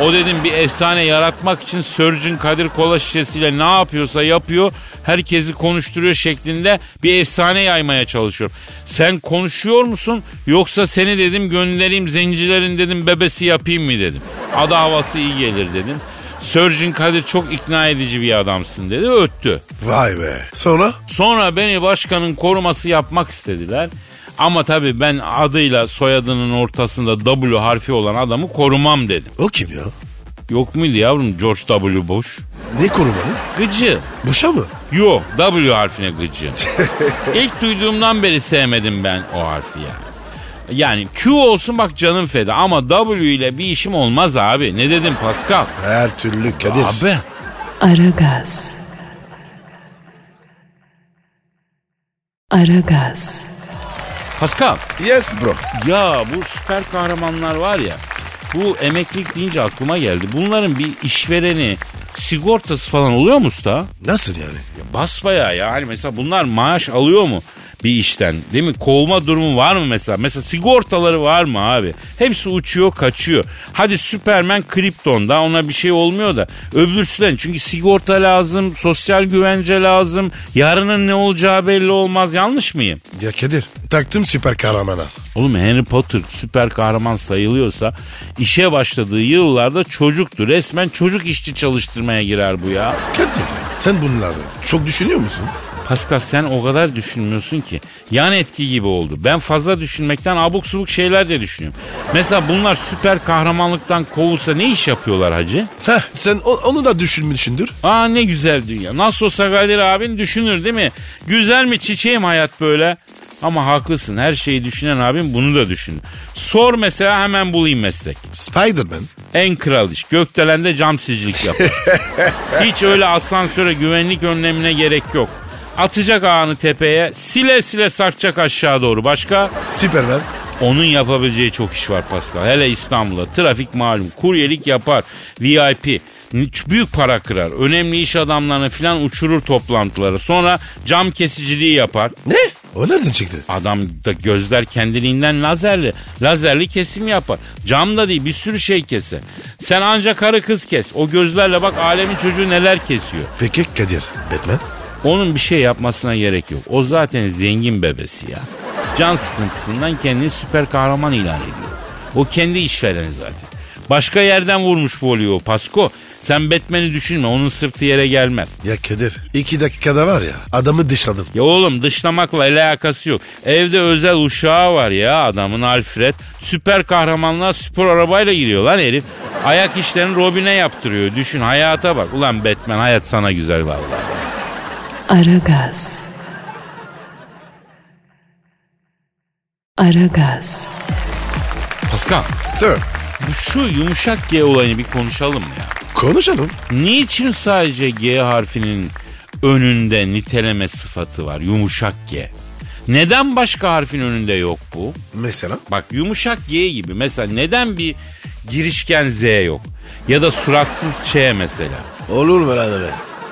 O dedim bir efsane yaratmak için Surgeon Kadir kola şişesiyle ne yapıyorsa yapıyor. Herkesi konuşturuyor şeklinde bir efsane yaymaya çalışıyorum. Sen konuşuyor musun yoksa seni dedim göndereyim zencilerin dedim bebesi yapayım mı dedim. Adı havası iyi gelir dedim. Surgeon Kadir çok ikna edici bir adamsın dedi öttü.
Vay be. Sonra?
Sonra beni başkanın koruması yapmak istediler. Ama tabii ben adıyla soyadının ortasında W harfi olan adamı korumam dedim.
O kim ya?
Yok muydu yavrum George W. Bush?
Ne korumanı?
Gıcı.
Boşa mı?
Yo W harfine gıcı. İlk duyduğumdan beri sevmedim ben o harfi yani. Yani Q olsun bak canım feda ama W ile bir işim olmaz abi. Ne dedim Pascal?
Her türlü Kadir.
Abi
Aragaz. Aragaz.
Pascal
Yes bro.
ya bu süper kahramanlar var ya bu emeklilik deyince aklıma geldi. Bunların bir işvereni sigortası falan oluyor mu usta?
Nasıl yani?
Basbayağı ya hani mesela bunlar maaş alıyor mu bir işten değil mi? Kovma durumu var mı mesela? Mesela sigortaları var mı abi? Hepsi uçuyor kaçıyor. Hadi Superman Krypton daha ona bir şey olmuyor da öbürsüden çünkü sigorta lazım, sosyal güvence lazım. Yarının ne olacağı belli olmaz yanlış mıyım?
Ya Kadir taktım süper kahramana.
Oğlum Harry Potter süper kahraman sayılıyorsa işe başladığı yıllarda çocuktu. Resmen çocuk işçi çalıştırmaya girer bu ya.
Kadir sen bunları çok düşünüyor musun?
Pascal sen o kadar düşünmüyorsun ki. Yan etki gibi oldu. Ben fazla düşünmekten abuk subuk şeyler de düşünüyorum. Mesela bunlar süper kahramanlıktan kovulsa ne iş yapıyorlar hacı?
Heh, sen o- onu da düşünmüşsündür.
Aa ne güzel dünya. Nasıl olsa Kadir abin düşünür değil mi? Güzel mi çiçeğim hayat böyle? Ama haklısın her şeyi düşünen abim bunu da düşün. Sor mesela hemen bulayım meslek.
Spiderman.
En kral iş. Gökdelen'de cam silcilik yapar. Hiç öyle asansöre güvenlik önlemine gerek yok. Atacak ağını tepeye sile sile sarkacak aşağı doğru. Başka?
Superman.
Onun yapabileceği çok iş var Pascal. Hele İstanbul'da trafik malum. Kuryelik yapar. VIP. Büyük para kırar. Önemli iş adamlarını filan uçurur toplantılara. Sonra cam kesiciliği yapar.
Ne? O nereden çıktı?
Adam da gözler kendiliğinden lazerli. Lazerli kesim yapar. Cam da değil bir sürü şey keser. Sen ancak karı kız kes. O gözlerle bak alemin çocuğu neler kesiyor.
Peki Kadir. Batman.
Onun bir şey yapmasına gerek yok. O zaten zengin bebesi ya. Can sıkıntısından kendini süper kahraman ilan ediyor. O kendi işvereni zaten. Başka yerden vurmuş volüyor o Pasko. Sen Batman'i düşünme onun sırtı yere gelmez.
Ya Kadir iki dakikada var ya adamı dışladın.
Ya oğlum dışlamakla alakası yok. Evde özel uşağı var ya adamın Alfred. Süper kahramanlığa spor arabayla giriyor lan herif. Ayak işlerini Robin'e yaptırıyor. Düşün hayata bak. Ulan Batman hayat sana güzel vallahi.
Aragaz. Aragaz.
Pascal
Sir.
bu şu yumuşak G olayını bir konuşalım ya.
Konuşalım.
Niçin sadece G harfinin önünde niteleme sıfatı var yumuşak G? Neden başka harfin önünde yok bu?
Mesela.
Bak yumuşak G gibi mesela neden bir girişken Z yok? Ya da suratsız Ç mesela.
Olur mu lan be?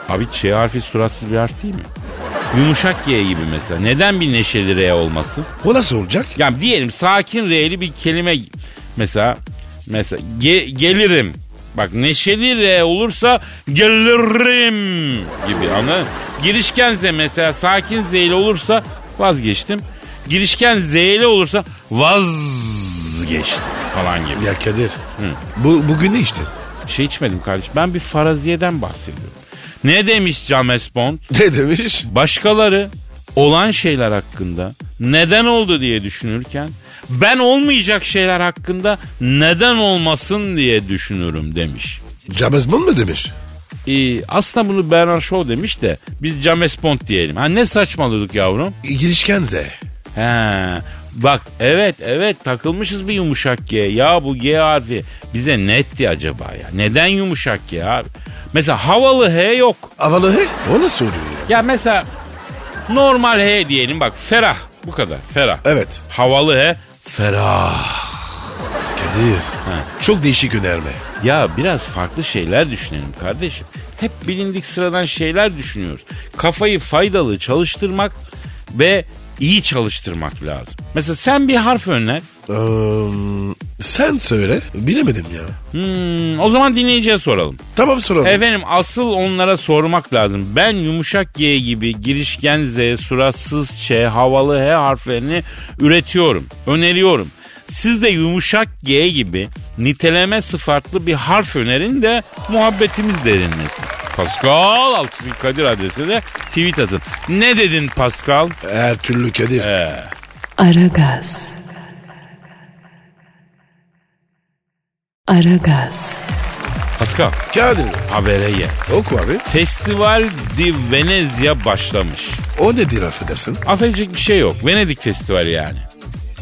Abi Ç harfi suratsız bir harf değil mi? Yumuşak G gibi mesela. Neden bir neşeli R olmasın?
O nasıl olacak?
Yani diyelim sakin R'li bir kelime mesela mesela ge- gelirim. Bak neşeli R olursa gelirim gibi anı. Girişken Z mesela sakin Z'li olursa vazgeçtim. Girişken Z'li olursa vazgeçtim falan gibi.
Ya Kadir. Bu, bugün ne içtin?
Şey içmedim kardeşim ben bir faraziyeden bahsediyorum. Ne demiş James Bond?
Ne demiş?
Başkaları olan şeyler hakkında neden oldu diye düşünürken ben olmayacak şeyler hakkında neden olmasın diye düşünürüm demiş.
James Bond mu demiş?
Ee, aslında bunu Bernard Shaw demiş de biz James Bond diyelim. Ha ne saçmalıyorduk yavrum?
Girişken Z.
He. Bak evet evet takılmışız bir yumuşak G. Ya bu G harfi bize netti acaba ya? Neden yumuşak G abi? Mesela havalı H yok.
Havalı he? O nasıl oluyor ya?
Ya mesela normal H diyelim bak ferah bu kadar ferah.
Evet.
Havalı he. Ferah.
Kadir. Çok değişik önerme.
Ya biraz farklı şeyler düşünelim kardeşim. Hep bilindik sıradan şeyler düşünüyoruz. Kafayı faydalı çalıştırmak ve iyi çalıştırmak lazım. Mesela sen bir harf önler.
Eee, sen söyle. Bilemedim ya.
Hmm, o zaman dinleyiciye soralım.
Tamam soralım.
Efendim asıl onlara sormak lazım. Ben yumuşak G gibi girişken Z, suratsız Ç, havalı H harflerini üretiyorum, öneriyorum. Siz de yumuşak G gibi niteleme sıfatlı bir harf önerin de muhabbetimiz derinlesin. Pascal Altçizgi Kadir adresi de tweet atın. Ne dedin Pascal?
Her türlü Kadir.
Aragaz. Aragaz.
Pascal
Kadir mi?
habere ye.
Oku abi.
Festival di Venezia başlamış.
O nedir affedersin?
Affedecek bir şey yok. Venedik Festivali yani.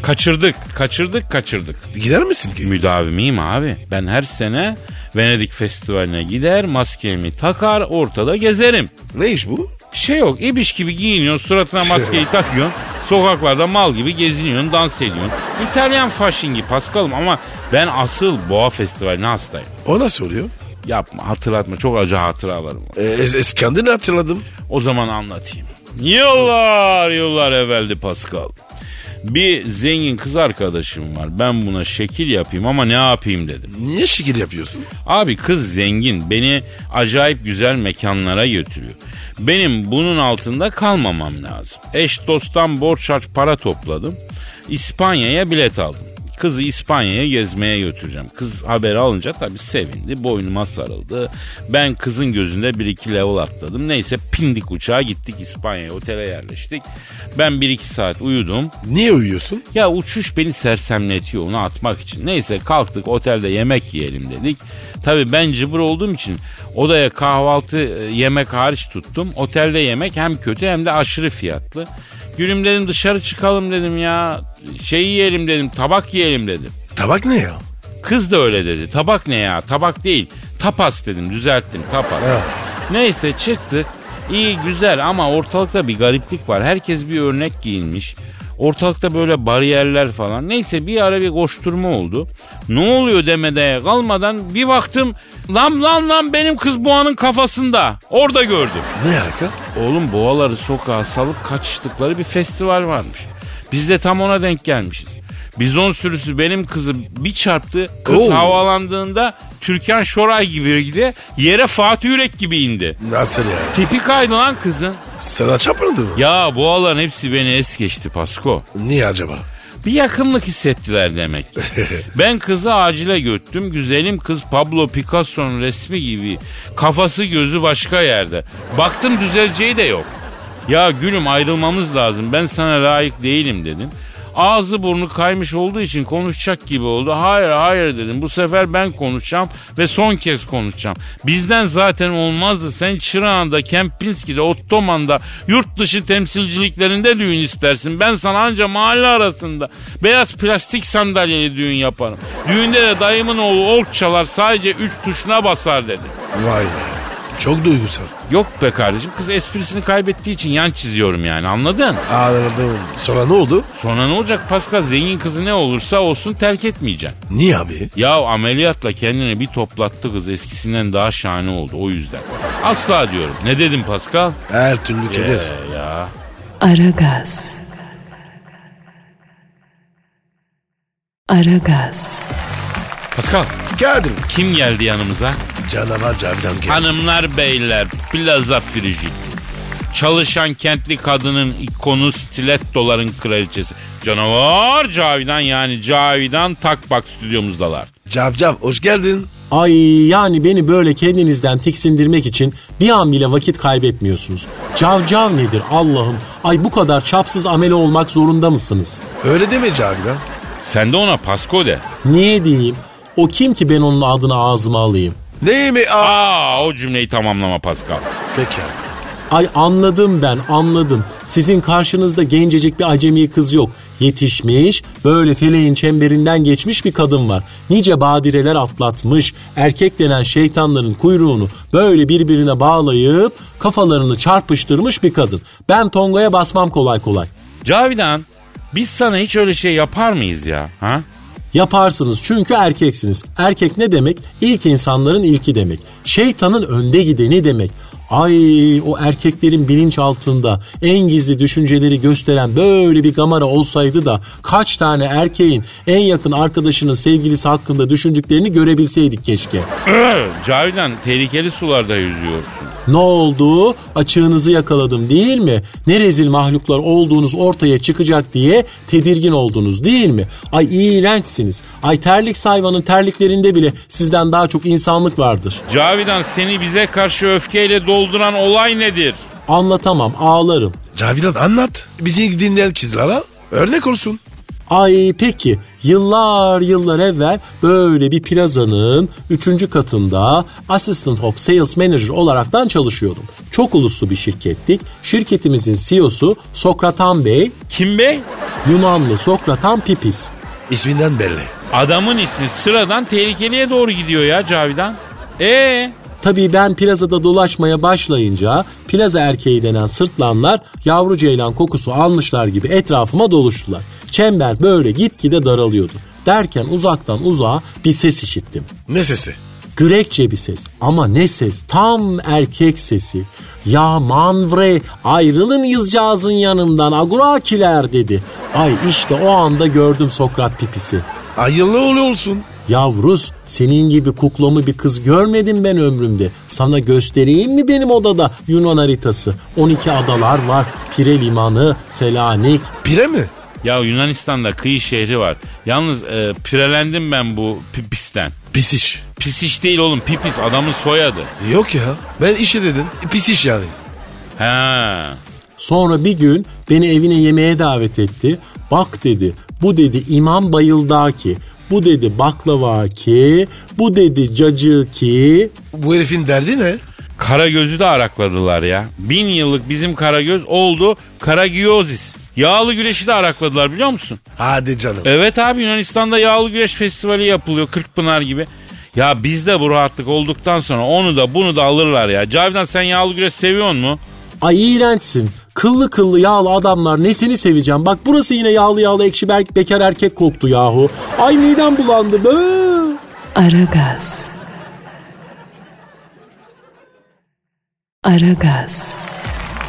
Kaçırdık, kaçırdık, kaçırdık.
Gider misin ki?
Müdavimiyim abi. Ben her sene Venedik Festivali'ne gider, maskemi takar, ortada gezerim.
Ne iş bu?
Şey yok, ibiş gibi giyiniyorsun, suratına maskeyi takıyorsun. Sokaklarda mal gibi geziniyorsun, dans ediyorsun. İtalyan fashiongi Paskal'ım ama ben asıl Boğa Festivali'ne hastayım.
O nasıl oluyor?
Yapma, hatırlatma. Çok acı hatıralarım var.
E, es- eskandini hatırladım.
O zaman anlatayım. Yıllar yıllar evveldi Pascal. Bir zengin kız arkadaşım var. Ben buna şekil yapayım ama ne yapayım dedim.
Niye şekil yapıyorsun?
Abi kız zengin. Beni acayip güzel mekanlara götürüyor. Benim bunun altında kalmamam lazım. Eş dosttan borç harç para topladım. İspanya'ya bilet aldım. Kızı İspanya'ya gezmeye götüreceğim. Kız haberi alınca tabii sevindi. Boynuma sarıldı. Ben kızın gözünde bir iki level atladım. Neyse pindik uçağa gittik İspanya'ya. Otele yerleştik. Ben bir iki saat uyudum.
Niye uyuyorsun?
Ya uçuş beni sersemletiyor onu atmak için. Neyse kalktık otelde yemek yiyelim dedik. Tabii ben cıbır olduğum için odaya kahvaltı e, yemek hariç tuttum. Otelde yemek hem kötü hem de aşırı fiyatlı. Gülüm dedim dışarı çıkalım dedim ya. Şey yiyelim dedim tabak yiyelim dedim.
Tabak ne ya?
Kız da öyle dedi. Tabak ne ya? Tabak değil. Tapas dedim. Düzelttim. Tapas.
Evet.
Neyse çıktık. İyi güzel ama ortalıkta bir gariplik var. Herkes bir örnek giyinmiş. Ortalıkta böyle bariyerler falan. Neyse bir ara bir koşturma oldu. Ne oluyor demedeye kalmadan bir baktım. Lan lan lan benim kız boğanın kafasında. Orada gördüm.
Ne alaka?
Oğlum boğaları sokağa salıp kaçıştıkları bir festival varmış. Biz de tam ona denk gelmişiz. Bizon sürüsü benim kızı bir çarptı. Kız
Oo.
havalandığında Türkan Şoray gibi gidi yere Fatih Yürek gibi indi.
Nasıl ya?
Tipi kaydı lan kızın.
Sana çarpmadı mı?
Ya boğaların hepsi beni es geçti Pasko.
Niye acaba?
Bir yakınlık hissettiler demek. ki. ben kızı acile götürdüm. Güzelim kız Pablo Picasso'nun resmi gibi. Kafası gözü başka yerde. Baktım düzeleceği de yok. Ya gülüm ayrılmamız lazım. Ben sana layık değilim dedim. Ağzı burnu kaymış olduğu için konuşacak gibi oldu. Hayır hayır dedim. Bu sefer ben konuşacağım ve son kez konuşacağım. Bizden zaten olmazdı. Sen Çırağan'da, Kempinski'de, Ottoman'da, yurt dışı temsilciliklerinde düğün istersin. Ben sana anca mahalle arasında beyaz plastik sandalyeli düğün yaparım. Düğünde de dayımın oğlu ork çalar sadece üç tuşuna basar dedi.
Vay be. Çok duygusal.
Yok be kardeşim kız esprisini kaybettiği için yan çiziyorum yani anladın?
Anladım. Sonra ne oldu?
Sonra ne olacak Pascal zengin kızı ne olursa olsun terk etmeyeceksin.
Niye abi?
Ya ameliyatla kendini bir toplattı kız eskisinden daha şahane oldu o yüzden. Asla diyorum. Ne dedim Pascal?
Her türlü keder.
Ee, ya.
Aragaz. Aragaz.
Pascal
Kadir.
kim geldi yanımıza?
Canavar Cavidan geldi.
Hanımlar beyler plaza frijit. Çalışan kentli kadının ikonu stilettoların kraliçesi. Canavar Cavidan yani Cavidan Takbak stüdyomuzdalar.
Cavcav hoş geldin.
Ay yani beni böyle kendinizden tiksindirmek için bir an bile vakit kaybetmiyorsunuz. Cavcav nedir Allah'ım? Ay bu kadar çapsız amele olmak zorunda mısınız?
Öyle deme Cavidan.
Sen de ona Pasko de.
Niye diyeyim? O kim ki ben onun adını ağzıma alayım?
Ne mi? Aa.
Aa o cümleyi tamamlama Pascal.
Peki abi.
Ay anladım ben anladım. Sizin karşınızda gencecik bir acemi kız yok. Yetişmiş, böyle feleğin çemberinden geçmiş bir kadın var. Nice badireler atlatmış. Erkek denen şeytanların kuyruğunu böyle birbirine bağlayıp kafalarını çarpıştırmış bir kadın. Ben Tonga'ya basmam kolay kolay.
Cavidan biz sana hiç öyle şey yapar mıyız ya? Ha?
Yaparsınız çünkü erkeksiniz. Erkek ne demek? İlk insanların ilki demek. Şeytanın önde gideni demek. Ay o erkeklerin bilinç altında en gizli düşünceleri gösteren böyle bir gamara olsaydı da kaç tane erkeğin en yakın arkadaşının sevgilisi hakkında düşündüklerini görebilseydik keşke.
Cavidan tehlikeli sularda yüzüyorsun.
Ne oldu? Açığınızı yakaladım değil mi? Ne rezil mahluklar olduğunuz ortaya çıkacak diye tedirgin oldunuz değil mi? Ay iğrençsiniz. Ay terlik sayvanın terliklerinde bile sizden daha çok insanlık vardır.
Cavidan seni bize karşı öfkeyle dolduran olay nedir?
Anlatamam ağlarım.
Cavidan anlat. Bizi dinleyen kızlara örnek olsun.
Ay peki yıllar yıllar evvel böyle bir plazanın 3. katında Assistant of Sales Manager olaraktan çalışıyordum. Çok uluslu bir şirkettik. Şirketimizin CEO'su Sokratan Bey,
Kim bey?
Yunanlı Sokratan Pipis.
İsminden belli.
Adamın ismi sıradan tehlikeliye doğru gidiyor ya Cavidan. Ee,
Tabii ben plazada dolaşmaya başlayınca plaza erkeği denen sırtlanlar yavru ceylan kokusu almışlar gibi etrafıma doluştular. Çember böyle gitgide daralıyordu. Derken uzaktan uzağa bir ses işittim.
Ne sesi?
Grekçe bir ses ama ne ses tam erkek sesi. Ya manvre ayrılın yızcağızın yanından agurakiler dedi. Ay işte o anda gördüm Sokrat pipisi.
Hayırlı uğurlu olsun.
Yavrus senin gibi kuklamı bir kız görmedim ben ömrümde. Sana göstereyim mi benim odada Yunan haritası? 12 adalar var. Pire Limanı, Selanik.
Pire mi?
ya Yunanistan'da kıyı şehri var. Yalnız e, pirelendim ben bu pipisten.
Pis iş.
Pis iş değil oğlum pipis adamın soyadı.
Yok ya. Ben işe dedin. Pis iş yani.
Ha.
Sonra bir gün beni evine yemeğe davet etti. Bak dedi bu dedi İmam Bayıldaki. Bu dedi baklava ki, bu dedi cacığı ki.
Bu herifin derdi ne?
Karagöz'ü de arakladılar ya. Bin yıllık bizim Karagöz oldu Karagiyozis. Yağlı güreşi de arakladılar biliyor musun?
Hadi canım.
Evet abi Yunanistan'da yağlı güreş festivali yapılıyor Kırkpınar gibi. Ya bizde bu rahatlık olduktan sonra onu da bunu da alırlar ya. Cavidan sen yağlı güreş seviyorsun mu?
Ay iğrençsin. Kıllı kıllı yağlı adamlar ne seni seveceğim. Bak burası yine yağlı yağlı ekşi ber- bekar erkek koktu yahu. Ay midem bulandı be.
Aragaz. Aragaz.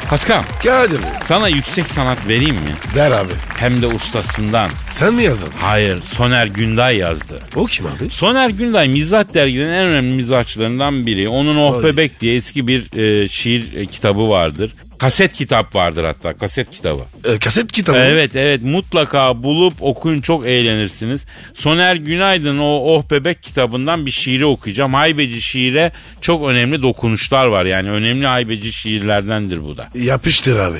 Paskal
Kadir.
sana yüksek sanat vereyim mi?
Ver abi.
Hem de ustasından.
Sen mi yazdın?
Hayır Soner Günday yazdı.
O kim abi?
Soner Günday mizah derginin en önemli mizahçılarından biri. Onun Oh
Oy.
Bebek diye eski bir e, şiir e, kitabı vardır. Kaset kitap vardır hatta kaset kitabı.
Ee, kaset kitabı.
Evet evet mutlaka bulup okuyun çok eğlenirsiniz. Soner Günaydın o Oh Bebek kitabından bir şiiri okuyacağım. Haybeci şiire çok önemli dokunuşlar var yani önemli haybeci şiirlerdendir bu da.
Yapıştır abi.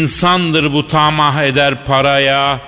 İnsandır bu tamah eder paraya.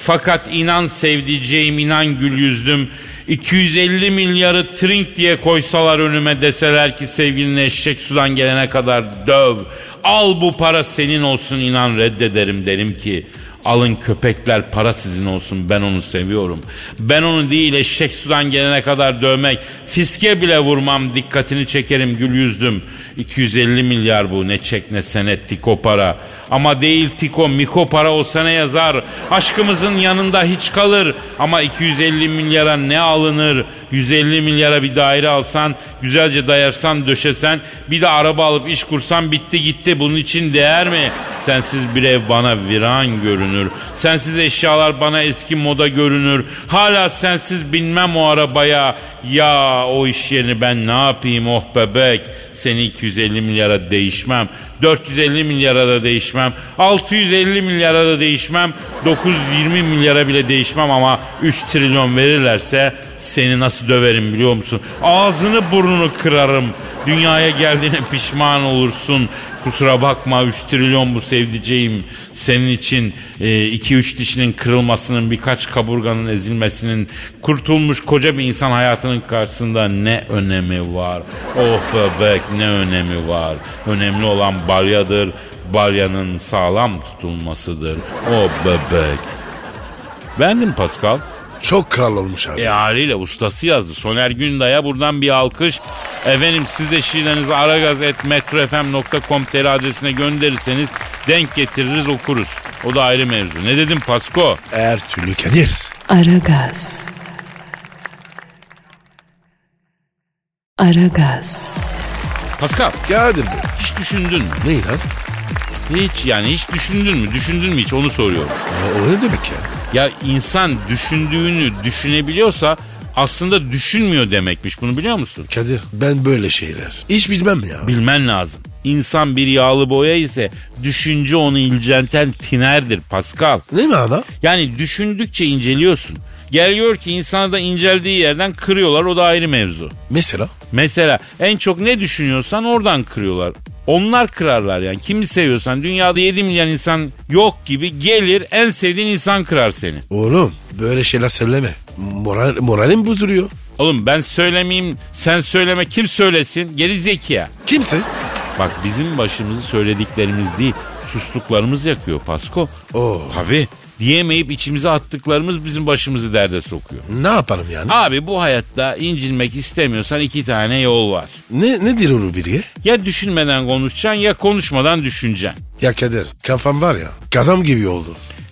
Fakat inan sevdiceğim inan gül yüzlüm. 250 milyarı trink diye koysalar önüme deseler ki sevgilin eşek sudan gelene kadar döv. Al bu para senin olsun inan reddederim derim ki. Alın köpekler para sizin olsun ben onu seviyorum. Ben onu değil eşek sudan gelene kadar dövmek. Fiske bile vurmam dikkatini çekerim gül yüzdüm. 250 milyar bu ne çek ne senet tiko para. Ama değil tiko miko para olsa ne yazar. Aşkımızın yanında hiç kalır. Ama 250 milyara ne alınır? 150 milyara bir daire alsan, güzelce dayarsan, döşesen, bir de araba alıp iş kursan bitti gitti. Bunun için değer mi? Sensiz bir ev bana viran görünür. Sensiz eşyalar bana eski moda görünür. Hala sensiz binmem o arabaya. Ya o iş yerini ben ne yapayım oh bebek. Seni 250 milyara değişmem. 450 milyara da değişmem. 650 milyara da değişmem. 920 milyara bile değişmem ama 3 trilyon verirlerse seni nasıl döverim biliyor musun? Ağzını burnunu kırarım. Dünyaya geldiğine pişman olursun. Kusura bakma 3 trilyon bu sevdiceğim. Senin için 2-3 dişinin kırılmasının birkaç kaburganın ezilmesinin kurtulmuş koca bir insan hayatının karşısında ne önemi var? Oh bebek ne önemi var? Önemli olan balyadır. Balyanın sağlam tutulmasıdır. Oh bebek. Beğendin mi Pascal?
Çok kral olmuş abi.
E haliyle ustası yazdı. Soner Günday'a buradan bir alkış. Efendim siz de şiirlerinizi aragaz.metrofm.com.tr adresine gönderirseniz denk getiririz okuruz. O da ayrı mevzu. Ne dedim Pasko?
Her türlü Kadir.
Aragaz. Aragaz.
Pascal
Kadir bu.
hiç düşündün mü?
Ne lan?
Hiç yani hiç düşündün mü? Düşündün mü hiç onu soruyorum.
Ya O ne demek ya?
Ya insan düşündüğünü düşünebiliyorsa aslında düşünmüyor demekmiş. Bunu biliyor musun?
Kadir ben böyle şeyler. Hiç bilmem ya.
Bilmen lazım. İnsan bir yağlı boya ise düşünce onu incelten tinerdir Pascal.
ne mi ana?
Yani düşündükçe inceliyorsun. Geliyor ki insanı da inceldiği yerden kırıyorlar o da ayrı mevzu.
Mesela
Mesela en çok ne düşünüyorsan oradan kırıyorlar. Onlar kırarlar yani. Kimi seviyorsan dünyada 7 milyon insan yok gibi gelir en sevdiğin insan kırar seni.
Oğlum böyle şeyler söyleme. Moral, moralim bozuluyor.
Oğlum ben söylemeyeyim sen söyleme kim söylesin geri zeki ya.
Kimsin?
Bak bizim başımızı söylediklerimiz değil sustuklarımız yakıyor Pasko.
Oo.
Tabii diyemeyip içimize attıklarımız bizim başımızı derde sokuyor.
Ne yapalım yani?
Abi bu hayatta incinmek istemiyorsan iki tane yol var.
Ne nedir o biriye?
Ya düşünmeden konuşacaksın ya konuşmadan düşüneceksin.
Ya Kadir kafam var ya kazam gibi oldu.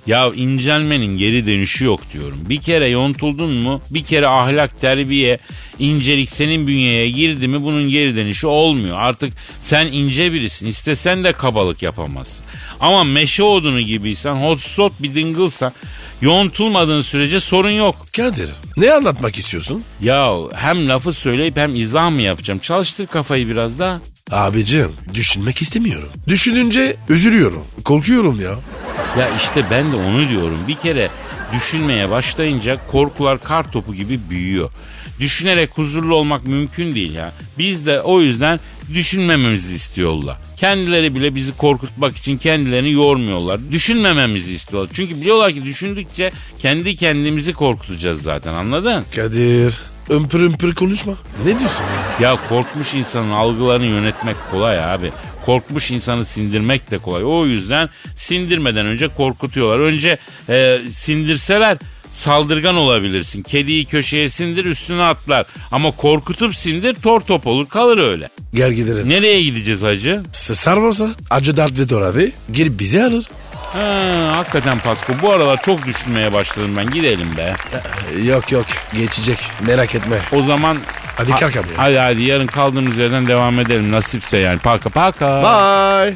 Ya incelmenin geri dönüşü yok diyorum. Bir kere yontuldun mu bir kere ahlak, terbiye, incelik senin bünyeye girdi mi bunun geri dönüşü olmuyor. Artık sen ince birisin istesen de kabalık yapamazsın. Ama meşe odunu gibiysen hot bir dıngılsan yontulmadığın sürece sorun yok.
Kadir ne anlatmak istiyorsun?
Ya hem lafı söyleyip hem izah mı yapacağım? Çalıştır kafayı biraz da.
Abicim düşünmek istemiyorum. Düşününce üzülüyorum. Korkuyorum ya.
Ya işte ben de onu diyorum. Bir kere düşünmeye başlayınca korkular kar topu gibi büyüyor. Düşünerek huzurlu olmak mümkün değil ya. Biz de o yüzden düşünmememizi istiyorlar. Kendileri bile bizi korkutmak için kendilerini yormuyorlar. Düşünmememizi istiyorlar. Çünkü biliyorlar ki düşündükçe kendi kendimizi korkutacağız zaten anladın?
Kadir ömpür ömpür konuşma. Ne diyorsun ya?
Ya korkmuş insanın algılarını yönetmek kolay abi. Korkmuş insanı sindirmek de kolay. O yüzden sindirmeden önce korkutuyorlar. Önce e, sindirseler saldırgan olabilirsin. Kediyi köşeye sindir üstüne atlar. Ama korkutup sindir tor top olur kalır öyle.
Gel gidelim.
Nereye gideceğiz hacı?
Sesar varsa acı dert ve doravi gelip bizi alır.
Ha, hakikaten Pasko bu aralar çok düşünmeye başladım ben gidelim be.
E, Yok yok geçecek merak etme.
O zaman
Hadi
Ha-
kalk abi ya.
Hadi hadi yarın kaldığımız yerden devam edelim nasipse yani. Paka paka.
Bye.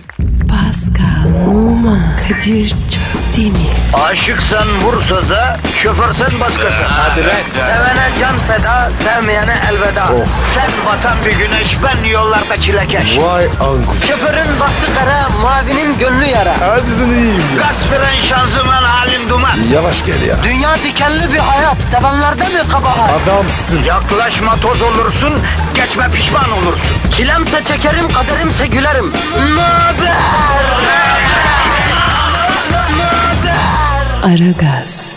Pascal, Oman, Kadir çok değil mi?
Aşıksan vursa da şoförsen başkasın. Hadi Sevene can feda, sevmeyene elveda. Sen batan bir güneş, ben yollarda çilekeş.
Vay anku.
Şoförün baktı kara, mavinin gönlü yara.
Hadi sen iyiyim ya.
Kasperen şanzıman halin duman.
Yavaş gel ya.
Dünya dikenli bir hayat, sevenlerde mi kabahar?
Adamsın.
Yaklaşma toz olursun, geçme pişman olursun. Çilemse çekerim, kaderimse gülerim. Möber!
Aragaz.